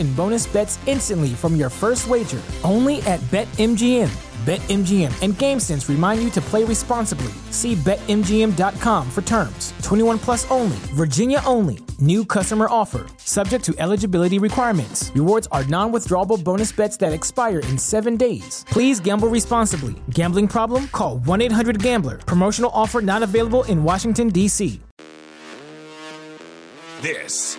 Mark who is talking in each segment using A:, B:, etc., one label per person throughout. A: in bonus bets instantly from your first wager only at BetMGM. BetMGM and GameSense remind you to play responsibly. See BetMGM.com for terms. 21 plus only, Virginia only. New customer offer, subject to eligibility requirements. Rewards are non withdrawable bonus bets that expire in seven days. Please gamble responsibly. Gambling problem? Call 1 800 Gambler. Promotional offer not available in Washington, D.C.
B: This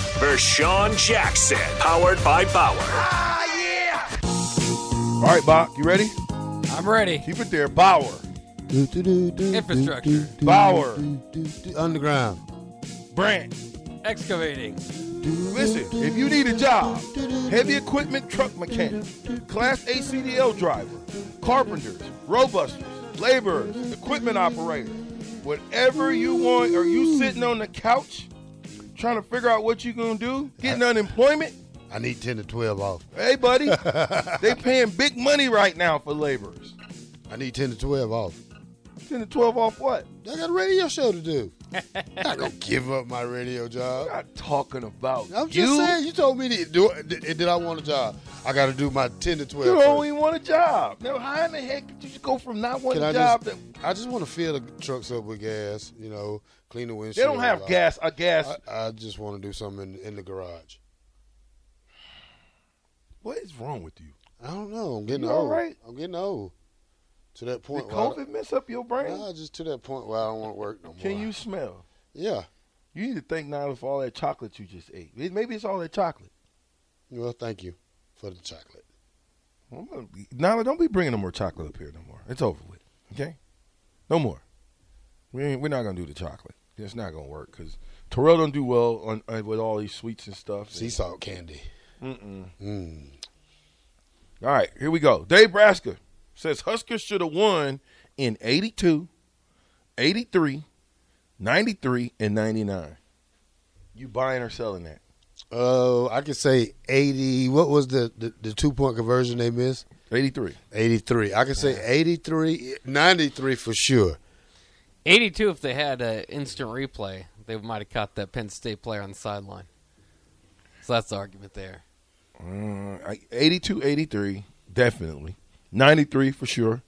B: Vershawn Jackson, powered by Bauer.
C: All right, Bach, you ready?
D: I'm ready.
C: Keep it there. Bauer.
D: Infrastructure.
C: Bauer.
E: Underground.
C: Brandt.
D: Excavating.
C: Listen, if you need a job, heavy equipment truck mechanic, class A CDL driver, carpenters, robusters, laborers, equipment operator, whatever you want, or you sitting on the couch trying to figure out what you gonna do, getting unemployment,
E: I need 10 to 12 off.
C: hey buddy, they paying big money right now for laborers.
E: I need 10 to 12 off.
C: Ten to twelve off what?
E: I got a radio show to do. I'm not going to give up my radio job.
C: Not talking about
E: Uh, I'm
C: you.
E: just saying, you told me to do it. Did, did I want a job? I got to do my 10 to 12.
C: You
E: first.
C: don't even want a job. Now, how in the heck did you just go from not wanting
E: Can I
C: a job
E: just,
C: to
E: I just want to fill the trucks up with gas, you know, clean the
C: they
E: windshield.
C: don't have
E: I-
C: gas? A gas.
E: I, I just want to do something in, in the garage.
C: what is wrong with you?
E: I don't know. I'm getting
C: You all
E: old.
C: right?
E: I'm getting old. To that
C: Did
E: point where I don't-
C: COVID mess up your brain?
E: Nah, just to that point where I don't want to work no more.
C: Can you smell?
E: Yeah.
C: You need to think now of all that chocolate you just ate. It- Maybe it's all that chocolate.
E: Well, thank you for the chocolate.
C: I'm gonna be- Nala, don't be bringing no more chocolate up here no more. It's over with. Okay, no more. We ain't, we're not gonna do the chocolate. It's not gonna work because Terrell don't do well on, on with all these sweets and stuff.
E: Sea salt candy.
C: All right, here we go. Dave Brasker says Huskers should have won in 82, 83, 93, and 99. You buying or selling that?
E: Oh, I could say eighty. What was the, the, the two point conversion they missed?
C: 83.
E: Eighty three. I could say 83, 93 for sure.
D: 82. If they had an instant replay, they might have caught that Penn State player on the sideline. So that's the argument there.
C: Uh, 82, 83, definitely. 93 for sure.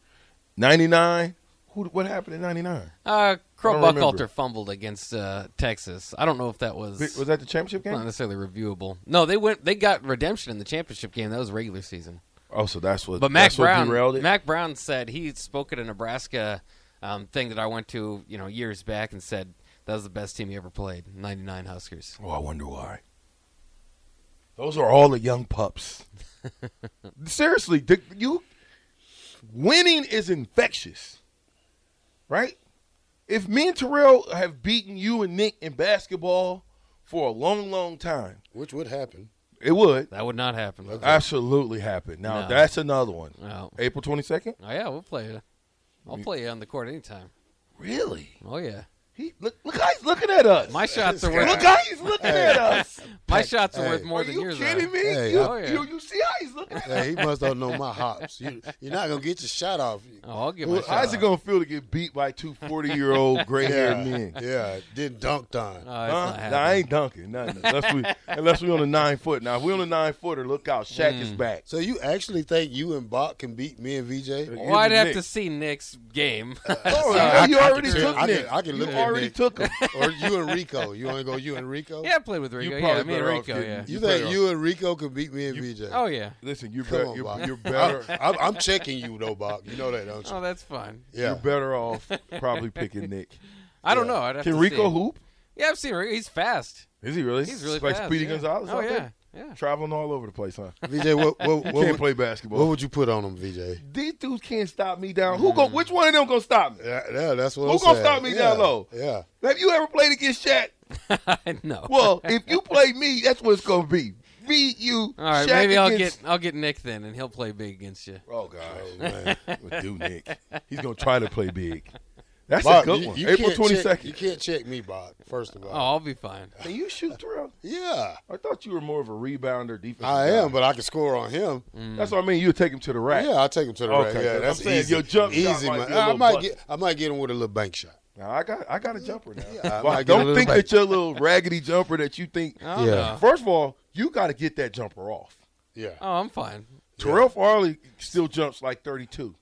C: 99. Who, what happened in 99?
D: Uh, Crow
C: I don't remember.
D: Buckalter fumbled against uh, Texas. I don't know if that was
C: Was that the championship
D: not
C: game?
D: necessarily reviewable. No, they went. They got redemption in the championship game. That was regular season.
C: Oh, so that's what.
D: But Mac
C: that's what
D: Brown,
C: derailed it?
D: Mac Brown said he spoke at a Nebraska um, thing that I went to, you know, years back, and said that was the best team he ever played. '99 Huskers.
C: Oh, I wonder why. Those are all the young pups. Seriously, the, you winning is infectious, right? If me and Terrell have beaten you and Nick in basketball for a long, long time,
E: Which would happen.
C: it would
D: That would not happen.
C: absolutely happen. Now
D: No.
C: that's another one.
D: No.
C: April twenty second.
D: Oh yeah, we'll play it. I'll play it on the court anytime.
C: Really?
D: Oh yeah,
C: He look look how he's looking at us.
F: My shots are worth
C: look how he's looking at us.
F: my shots are worth
D: Hey.
F: more
C: Are
F: than
C: you
F: yours.
C: kidding me?
D: Hey,
C: you,
F: oh, yeah.
C: you you see how he's looking at us?
D: Yeah, he must don't know my hops. You, you're not gonna get your shot off.
F: Oh, I'll give my
C: Well,
F: shot.
C: how's it gonna feel to get beat by two 40 year old gray haired men?
D: yeah, didn't dunked on.
F: Oh, it's Oh, not
C: Huh? Nah, I
F: happening.
C: ain't dunking nothing unless we unless we on the nine foot. Now if we on the nine footer, look out, Shaq
F: Mm.
C: is back.
D: so you actually think you and Bach can beat me and Uh, VJ?
F: well, I'd
C: Here's
F: have
C: Nick.
F: to see Nick's game.
C: Oh,
D: I-
C: you
D: I
C: already
D: can-
C: took
D: I can-
C: Nick.
D: I can
C: You
D: look at
C: already
D: Nick.
C: took him.
D: or you and Rico? You want to go you and Rico?
F: yeah, I played with Rico.
C: You
F: Yeah,
C: probably
F: me and
C: better off
F: Rico.
C: getting-
F: Yeah.
D: You
C: You
D: think
C: better-
D: you and Rico could beat me and VJ?
F: Oh yeah.
C: Listen, you're
D: Come
C: better.
D: on,
C: You're,
D: Bach.
C: you're better.
D: I'm, I'm checking you though, Bach. You know that, don't you?
F: Oh, that's fun.
D: yeah.
C: You're better off probably picking Nick.
F: I don't know. I'd have
C: Can
F: to
C: Rico
F: see.
C: hoop?
F: Yeah, I've seen Rico. He's fast.
C: Is he really?
F: He's really
C: like
F: fast.
C: Speedy
F: yeah.
C: Gonzalez.
F: Oh
C: out
F: yeah.
C: there?
F: Yeah.
C: Traveling all over the place, huh?
D: VJ, what what, what,
C: Can't
D: would,
C: play basketball.
D: what would you put on him, VJ?
C: These dudes can't stop me down. Who go? Which one of them gonna stop me?
D: Yeah, yeah that's what.
C: Mm. Who
D: I'm
C: gonna
D: saying.
C: stop me
D: yeah,
C: down low?
D: Yeah.
C: Have you ever played against Shaq?
F: I know.
C: Well, if you play me, that's what it's gonna be. Me, you,
F: All right,
C: Shaq
F: maybe I'll
C: against-
F: get I'll get Nick then, and he'll play big against you.
C: Oh God, What do Nick? He's gonna try to play big. That's
D: Bob,
C: a good
D: you-
C: one.
D: you
C: April
D: can't
C: twenty
D: check-
C: second.
D: You can't check me, Bob. First of
F: Oh,
D: all.
F: I'll be fine.
C: Can you shoot Terrell?
D: Yeah.
C: I thought you were more of a rebounder, defensive.
D: I
C: guy.
D: am, but I can score on him.
F: Mm-hmm.
C: that's what I mean. You take him to the rack.
D: Yeah, I'll take him to the
C: Okay,
D: rack. Yeah,
C: I'm
D: that's
C: saying
D: easy.
C: your jump shot
D: easy,
C: might
D: man.
C: be a
D: I
C: little
D: might
C: bust.
D: get, I might get him with a little bank shot.
C: Now, I got, I got a jumper now.
D: I
C: Well,
D: might get a
C: don't
D: little
C: think
D: back.
C: that your little raggedy jumper that you think.
F: Oh,
D: Yeah.
F: no.
C: First of all, you got to get that jumper off.
D: Yeah,
F: Oh, I'm fine.
C: Terrell Farley still jumps like thirty two.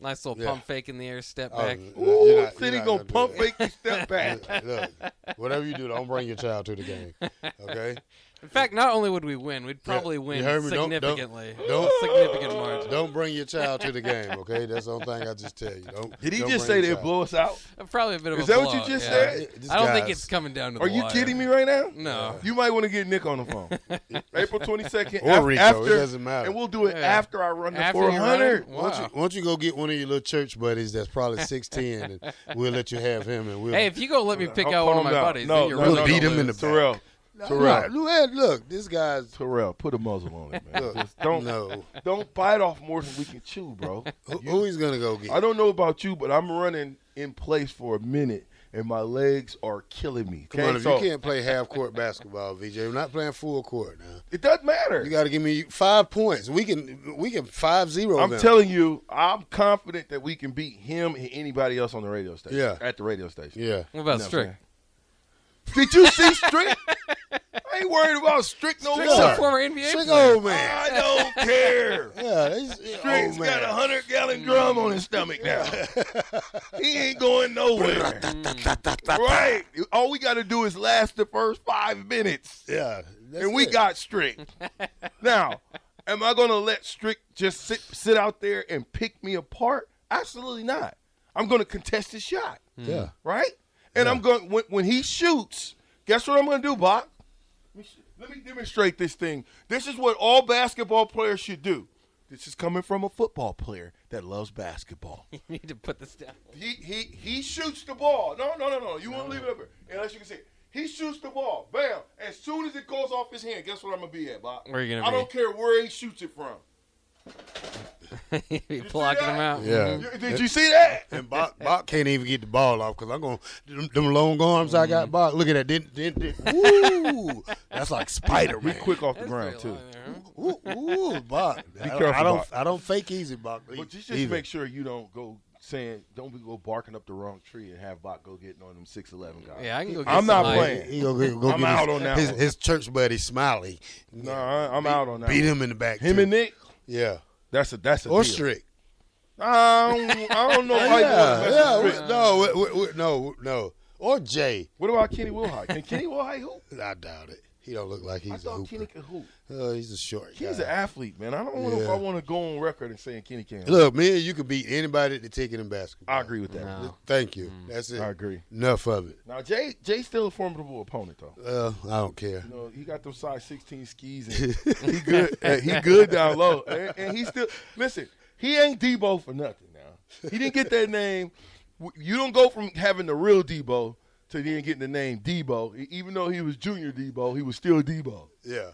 F: Nice little
D: Yeah.
F: pump fake in the air, step
D: Oh,
F: back.
D: you're not- you're
C: Ooh,
D: not
C: then he gonna
D: do
C: pump
D: that.
C: fake you step back.
D: Look, whatever you do, don't bring your child to the game. Okay,
F: In fact, not only would we win, we'd probably
D: You
F: win
D: heard me? Don't- don't-
F: significantly.
D: don't-
F: significant margin.
D: don't bring your child to the game. Okay, that's the only thing I just tell you. Don't,
C: Did he
D: don't
C: just say
D: bring
C: they
D: your child.
C: blow us out?
F: Probably a bit of
C: Is
F: a
C: that what you
F: blowout,
C: just
F: yeah.
C: said?
D: This
F: I don't think
D: guy's-
F: it's coming down to
C: Are
F: the
C: you
F: wire.
C: kidding me right now?
F: No.
C: You might want to get Nick on the phone. April 22nd.
D: Or
C: af-
D: Rico, it
C: After,
D: doesn't matter.
C: And we'll do it
F: Yeah.
C: after I run the
F: After you run it?
C: 400.
D: Why don't, you, why don't you go get one of your little church buddies that's probably six ten, and we'll let you have him, and we'll
F: Hey, if you go let me pick
C: I'll
F: out
C: call
F: one of
C: him
F: my
C: out.
F: buddies,
C: No,
F: then you're
C: no,
F: really
C: no,
F: gonna
D: beat him
F: lose.
D: in the back.
C: Terrell.
D: no,
C: Terrell.
D: look, look, this guy's
C: Terrell, put a muzzle on it, man. Just don't,
D: no.
C: don't bite off more than we can chew, bro.
D: Who, who he's gonna go get?
C: I don't know about you, but I'm running in place for a minute, and my legs are killing me.
D: Come
C: okay?
D: on, if
C: So,
D: you can't play half court basketball, VJ, we're not playing full court now.
C: It doesn't matter.
D: You got to give me five points. We can we can five zero.
C: I'm
D: them.
C: telling you, I'm confident that we can beat him and anybody else on the radio station.
D: Yeah.
C: At the radio station.
D: Yeah.
F: What about
C: No,
F: Strick?
C: man. Did you see Strick? I ain't worried about Strick no
F: He's a
D: Yeah.
C: more.
F: former NBA
D: Big
F: player.
D: old man.
C: I don't care.
D: Yeah, he's
C: Strick's
D: old
C: got a
D: man.
C: hundred gallon drum on his stomach now. he ain't going nowhere. right. All we got to do is last the first five minutes,
D: Yeah, that's
C: and we
D: it.
C: got Strick. now, am I going to let Strick just sit sit out there and pick me apart? Absolutely not. I'm going to contest his shot
D: yeah.
C: right? And I'm going when, when he shoots. Guess what I'm going to do, Bob? Let me sh- Let me demonstrate this thing. This is what all basketball players should do. This is coming from a football player that loves basketball.
F: You need to put this down.
C: he he he shoots the ball. No no no no. You won't leave it up here unless you can see. it. He shoots the ball. Bam! As soon as it goes off his hand, guess what I'm gonna be at, Bob?
F: Where you gonna
C: I
F: be?
C: don't care where he shoots it from.
F: You're
C: see
F: blocking
C: that?
F: him out.
D: Yeah.
C: You- did you see that?
D: And Bach, Bach can't even get the ball off because I'm going them, them long arms I
C: Mm-hmm.
D: got. Bach, look at that. Didn't, didn't, didn't. Woo! That's like Spider Man.
C: Quick off the
F: Pretty
C: ground too.
F: long there, huh?
D: Ooh, ooh, Bach. Be I,
C: careful,
D: I don't,
C: Bach.
D: I don't fake easy, Bach.
C: But just, just
D: either.
C: make sure you don't go saying, don't be go barking up the wrong tree and have Bach go getting on them six eleven guys.
F: Yeah, I can go get
C: I'm not
F: some
C: playing.
D: He gonna go, go
C: I'm
D: get
C: out
D: his,
C: on that
D: his,
C: one.
D: his church buddy Smiley.
C: No, I, I'm out on that.
D: Beat
C: one.
D: him in the back.
C: Him
D: too.
C: and Nick.
D: yeah,
C: That's a that's a
D: or
C: deal.
D: Strick.
C: I don't, I don't know. why you wanna
D: Yeah,
C: mess
D: yeah.
C: with
D: we-
C: Strick.
D: no, we- we- we- no, no. Or Jay.
C: What about Kenny Wilhite? Can Kenny Wilhite hoop?
D: I doubt it. He don't look like
C: I
D: he's a
C: thought Kenny
D: hooper.
C: could hoop.
D: Uh, he's a short guy.
C: Kenny's an athlete, man. I don't know if
D: Yeah.
C: I want to go on record and saying Kenny can.
D: Look, man, you could beat anybody at the ticket in basketball.
C: I agree with that.
F: No.
D: Thank you. That's it.
C: I agree.
D: Enough of it.
C: Now Jay Jay's still a formidable opponent though.
D: Uh, I don't care.
C: You know, he got those size 16 skis. And he good. and he good down low. And, and he still listen. He ain't Debo for nothing. Now he didn't get that name. W- You don't go from having the real Debo to then getting the name Debo. E- Even though he was Junior Debo, he was still Debo.
D: Yeah.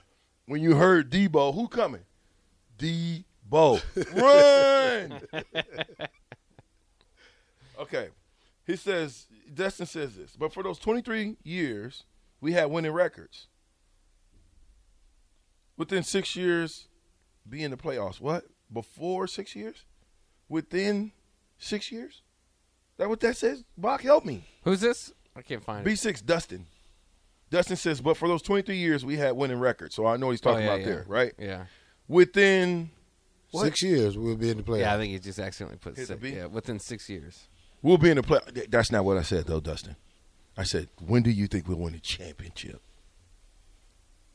C: When you heard Debo, who coming? Debo, run. okay, He says, Destin says this, but for those 23 years, we had winning records. Within six years, be in the playoffs. What? Before six years? Within six years? That what that says? Bach, help me.
D: Who's this? I can't find it.
C: B6, Dustin. Dustin says, but for those 23 years, we had winning records. So I know what he's
D: Oh,
C: talking
D: yeah,
C: about
D: yeah.
C: there, right?
D: Yeah.
C: Within
E: Six years we'll be in the playoffs.
D: Yeah, I think he just accidentally put
C: Hit the
D: six.
C: B.
D: Yeah, within six years.
C: We'll be in the play. th- That's not what I said though, Dustin. I said, when do you think we'll win a championship?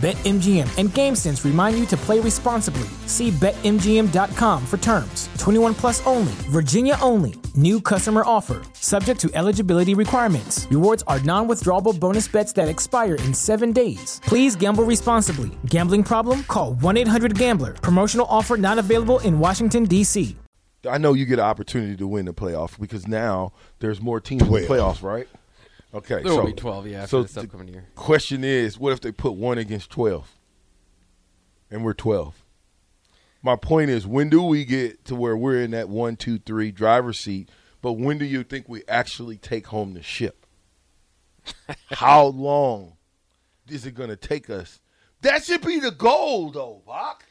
A: BetMGM and GameSense remind you to play responsibly. See BetMGM.com for terms. 21 plus only, Virginia only. New customer offer, subject to eligibility requirements. Rewards are non withdrawable bonus bets that expire in seven days. Please gamble responsibly. Gambling problem? Call 1 800 Gambler. Promotional offer not available in Washington, D.C.
C: I know you get an opportunity to win the playoff because now there's more teams in the playoffs, right? Okay,
D: There will
C: so,
D: be 12, yeah,
C: so
D: for this
C: the
D: upcoming year.
C: Question is, what if they put one against twelve, and we're twelve? My point is, when do we get to where we're in that one, two, three driver's seat? But when do you think we actually take home the ship? How long is it going to take us? That should be the goal, though, Bach.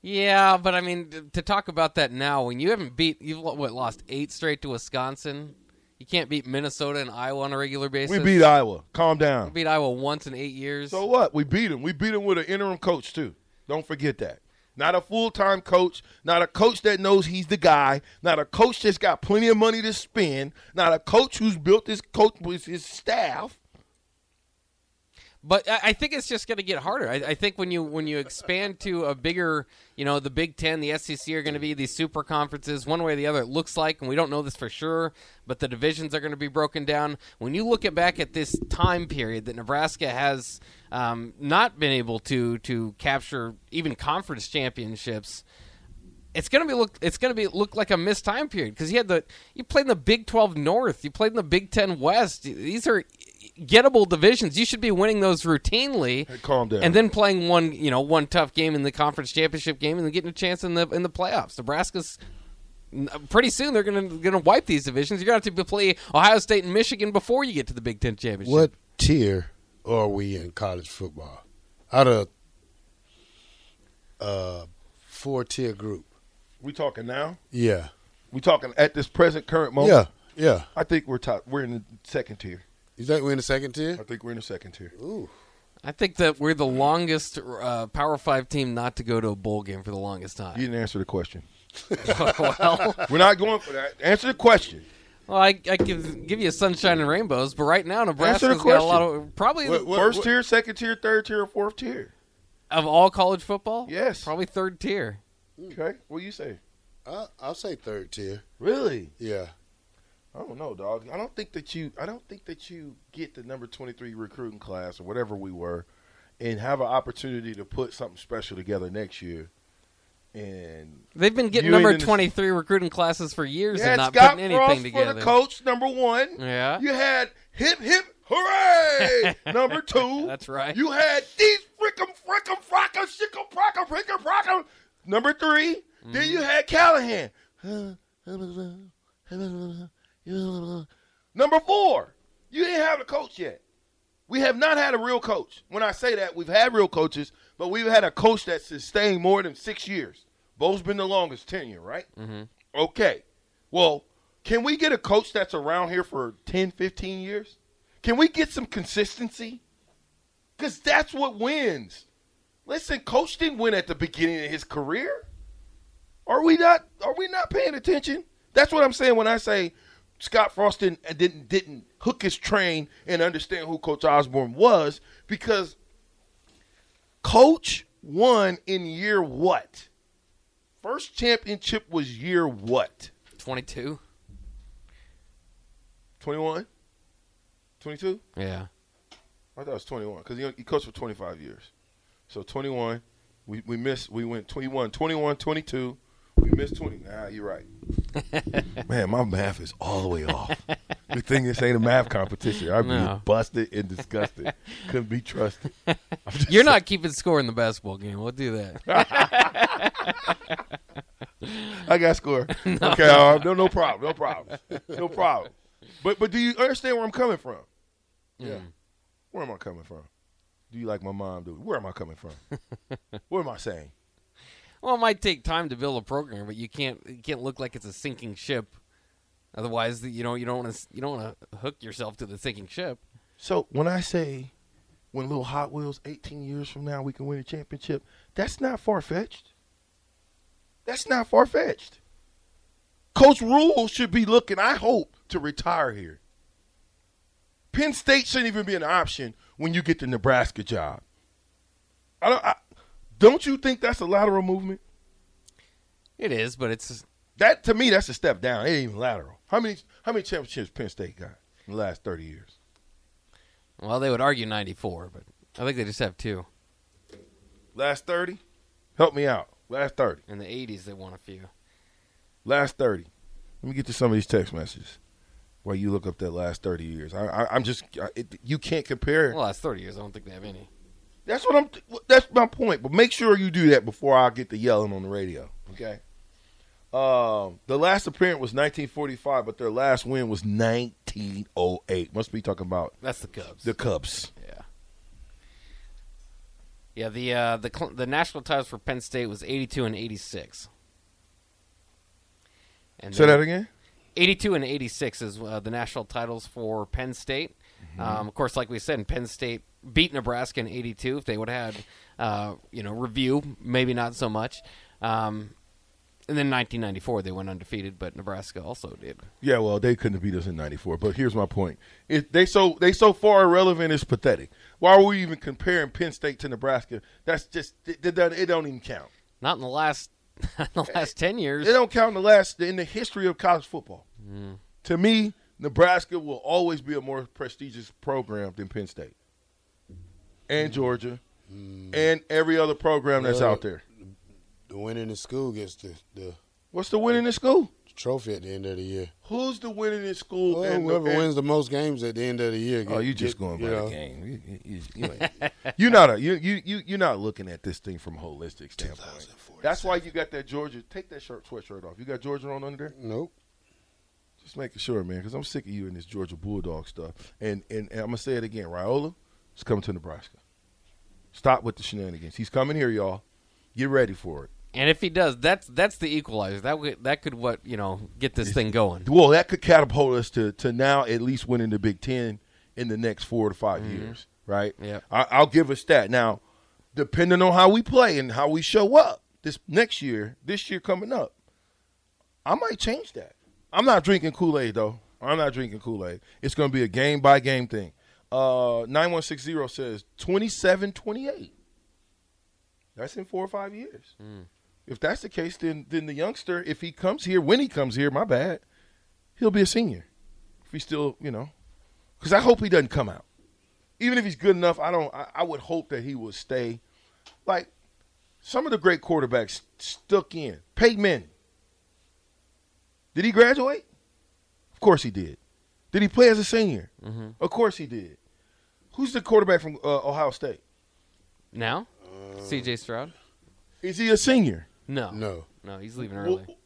D: Yeah, but I mean, t- to talk about that now, when you haven't beat, you've lo- what lost eight straight to Wisconsin. You can't beat Minnesota and Iowa on a regular basis.
C: We beat Iowa. Calm down.
D: beat Iowa once in eight years.
C: So what? We beat him. We beat him with an interim coach too. Don't forget that. Not a full time coach. Not a coach that knows he's the guy. Not a coach that's got plenty of money to spend. Not a coach who's built his coach with his staff.
D: But I I think it's just going to get harder. I, I think when you when you expand to a bigger, you know, the Big Ten, the SEC are going to be these super conferences, one way or the other. It looks like, and we don't know this for sure, but the divisions are going to be broken down. When you look at back at this time period that Nebraska has um, not been able to to capture even conference championships, it's gonna be look it's gonna be look like a missed time period because you had the you played in the Big Twelve North, you played in the Big Ten West. These are gettable divisions. You should be winning those routinely.
C: calm down.
D: And then playing one you know one tough game in the conference championship game, and then getting a chance in the in the playoffs. Nebraska's pretty soon they're gonna gonna wipe these divisions. You're gonna have to be- play Ohio State and Michigan before you get to the Big Ten championship.
E: What tier are we in college football? Out of uh four tier group.
C: We talking now?
E: Yeah.
C: We talking at this present current moment?
E: Yeah. Yeah.
C: I think we're top. We're in the second tier.
E: You think we're in the second tier?
C: I think we're in the second tier.
D: I think that we're the longest uh, Power Five team not to go to a bowl game for the longest time.
C: You didn't answer the question.
D: well.
C: We're not going for that. Answer the question.
D: Well, I, I can give you sunshine and rainbows, but right now Nebraska's got a
C: question.
D: lot of probably
E: What-
C: First
E: what-
C: tier, second tier, third tier, or fourth tier.
D: of all college football.
C: Yes.
D: probably third tier.
C: Okay. What do you say?
E: I, I'll say third tier.
C: Really?
E: Yeah.
C: I don't know, dog. I don't think that you. I don't think that you get the number twenty three recruiting class or whatever we were, and have an opportunity to put something special together next year. And
D: They've been getting
C: You ain't
D: number
C: in the-
D: twenty three recruiting classes for years
C: yeah,
D: and
C: it's
D: not
C: got
D: putting
C: anything
D: anything
C: for the
D: together.
C: coach number one.
D: Yeah.
C: you had hip hip hooray number two.
D: That's right.
C: You had these frickum frickum frockum shickum prockum frickum prockum number 3 Then you had Callahan. Number four, you didn't have a coach yet. We have not had a real coach. When I say that, we've had real coaches, but we've had a coach that sustained more than six years. Bo's been the longest tenure, right? Mm-hmm. Okay. Well, can we get a coach that's around here for 10, 15 years? Can we get some consistency? Because that's what wins. Listen, coach didn't win at the beginning of his career. Are we not? Are we not paying attention? That's what I'm saying when I say Scott Frost didn't didn't, didn't hook his train and understand who Coach Osborne was because Coach won in year what? First championship was year what?
D: 22.
C: 21? 22?
D: Yeah.
C: I thought it was 21 because he, he coached for 25 years. So 21, we, we missed, we went 21, 21, 22. We missed 20. Nah, you're right. Man, my math is all the way off. the thing is, ain't a math competition. I'd be
D: No.
C: busted and disgusted. Couldn't be trusted.
D: You're not keeping score in the basketball game. We'll do that.
C: I got score. Okay, all right. no, no problem, no problem, no problem. But but do you understand where I'm coming from? Yeah. Where am I coming from? Do you like my mom? Do where am I coming from? what am I saying?
D: well, it might take time to build a program, but you can't it can't look like it's a sinking ship. Otherwise, you know you don't want to you don't want to hook yourself to the sinking ship.
C: So when I say when little Hot Wheels 18 years from now we can win a championship, that's not far fetched. That's not far fetched. Coach Rule should be looking, I hope, to retire here. Penn State shouldn't even be an option when you get the Nebraska job. I don't I, don't you think that's a lateral movement?
D: It is, but it's
C: That to me, that's a step down. It ain't even lateral. How many how many championships Penn State got in the last 30 years?
D: well they would argue 94, but I think they just have two.
C: Last 30? Help me out. Last 30.
D: In the 80s, they won a few.
C: Last 30. Let me get to some of these text messages while you look up that last 30 years. I, I, I'm just, I, it, you can't compare.
D: Well, that's 30 years. I don't think they have any.
C: That's what I'm, that's my point. But make sure you do that before I get to yelling on the radio. Okay. Um, the last appearance was 1945, but their last win was 1908. Must be talking about
D: That's the Cubs.
C: the Cubs.
D: Yeah. Yeah, the uh, the cl- the national titles for Penn State was 82 and 86. And
C: Say
D: then
C: that again?
D: 82 and 86 is uh, the national titles for Penn State.
E: Mm-hmm.
D: Um, of course, like we said, Penn State beat Nebraska in 82. If they would have had, uh, you know, review, maybe not so much. Um, and then 1994, they went undefeated, but Nebraska also did.
C: Yeah, well, they couldn't have beat us in '94. But here's my point: if they so they so far irrelevant, it's pathetic. Why are we even comparing Penn State to Nebraska? That's just it, it, don't- it don't even count.
D: Not in the last, not in the last 10 years.
C: It don't count in the last in the history of college football.
E: Mm.
C: To me, Nebraska will always be a more prestigious program than Penn State and Georgia and every other program that's
E: Mm. Well,
C: out there.
E: The winner in the school gets the, the
C: What's the winning in school?
E: trophy at the end of the year.
C: Who's the winning in school?
E: Well,
C: and-
E: whoever
C: and-
E: wins the most games at the end of the year.
C: Oh,
E: get-
C: you just
E: get-
C: going
E: you
C: by
E: know.
C: the game. You, you, you, ain't- you're not a you you you you're not looking at this thing from a holistic standpoint. That's why you got that Georgia. Take that shirt sweatshirt off. You got Georgia on under there.
E: Nope.
C: Just making sure, man, because I'm sick of you and this Georgia Bulldog stuff. And, and and I'm gonna say it again. Raiola is coming to Nebraska. Stop with the shenanigans. He's coming here, y'all. Get ready for it.
D: And if he does, that's that's the equalizer. That would that could what you know get this thing going.
C: Well, that could catapult us to, to now at least winning the Big Ten in the next four to 5 years, right?
D: Yep.
C: I, I'll give us that. Now, depending on how we play and how we show up this next year, this year coming up, I might change that. I'm not drinking Kool Aid though. I'm not drinking Kool Aid. It's going to be a game by game thing. Uh, nine one six zero says twenty seven twenty eight. That's in four or five years. If that's the case, then then the youngster, if he comes here, when he comes here, my bad, he'll be a senior. If he still, you know, because I hope he doesn't come out. Even if he's good enough, I don't. I, I would hope that he will stay. Like some of the great quarterbacks stuck in. Peyton Manning. Did he graduate? Of course he did. Did he play as a senior?
D: Mm-hmm.
C: Of course he did. Who's the quarterback from uh, Ohio State?
D: Now, C.J. Stroud.
C: Is he a senior?
D: No,
E: No.
D: no, he's leaving early.
C: Well,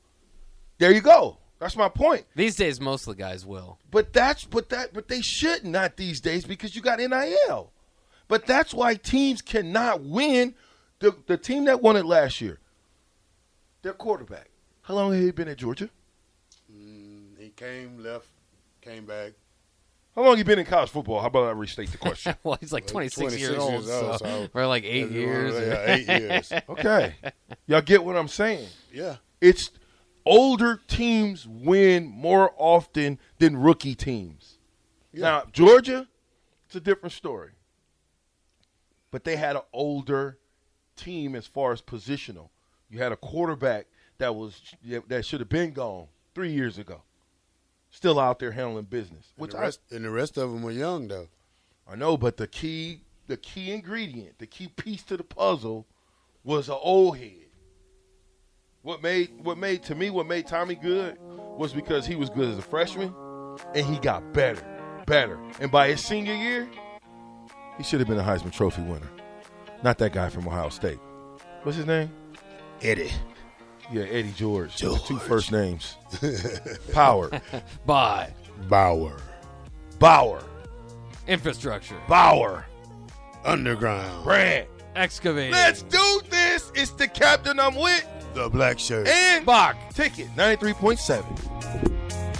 C: there you go. That's my point.
D: These days, most of the guys will.
C: But that's but that but they should not these days because you got NIL. But that's why teams cannot win. The the team that won it last year, their quarterback. How long had he been at Georgia?
E: He came, left, came back.
C: How long he been in college football? How about I restate the question?
D: Well, he's like 26,
E: 26
D: years old,
E: years old,
D: so,
E: so-
D: for like eight years.
E: Yeah, eight years.
C: okay, y'all get what I'm saying.
E: Yeah.
C: It's older teams win more often than rookie teams. Now, Georgia, it's a different story. But they had an older team as far as positional. You had a quarterback that was that should have been gone three years ago, still out there handling business.
E: Which
C: Which
E: the
C: I,
E: rest, and the rest of them were young though.
C: I know, but the key the key ingredient, the key piece to the puzzle, was an old head. What made what made to me what made Tommy good was because he was good as a freshman, and he got better, better. And by his senior year, he should have been a Heisman Trophy winner. Not that guy from Ohio State. What's his name?
E: Eddie.
C: Yeah, Eddie George. Two first names. Power.
D: Bye.
E: Bauer.
C: Bauer.
D: Infrastructure.
C: Bauer.
E: Underground.
C: Brand.
D: Excavating.
C: Let's do this. It's the captain I'm with.
E: The black shirt.
C: And
D: Bach.
C: ticket 93.7.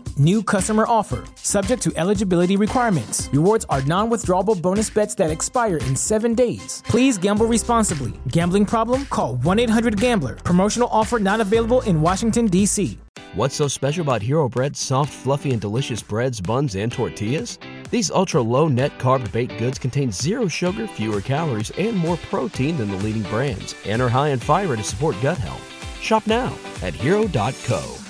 A: New customer offer, subject to eligibility requirements. Rewards are non withdrawable bonus bets that expire in seven days. Please gamble responsibly. Gambling problem? Call 1 800 Gambler. Promotional offer not available in Washington, D.C.
G: What's so special about Hero Bread's soft, fluffy, and delicious breads, buns, and tortillas? These ultra low net carb baked goods contain zero sugar, fewer calories, and more protein than the leading brands, and are high in fiber to support gut health. Shop now at hero.co.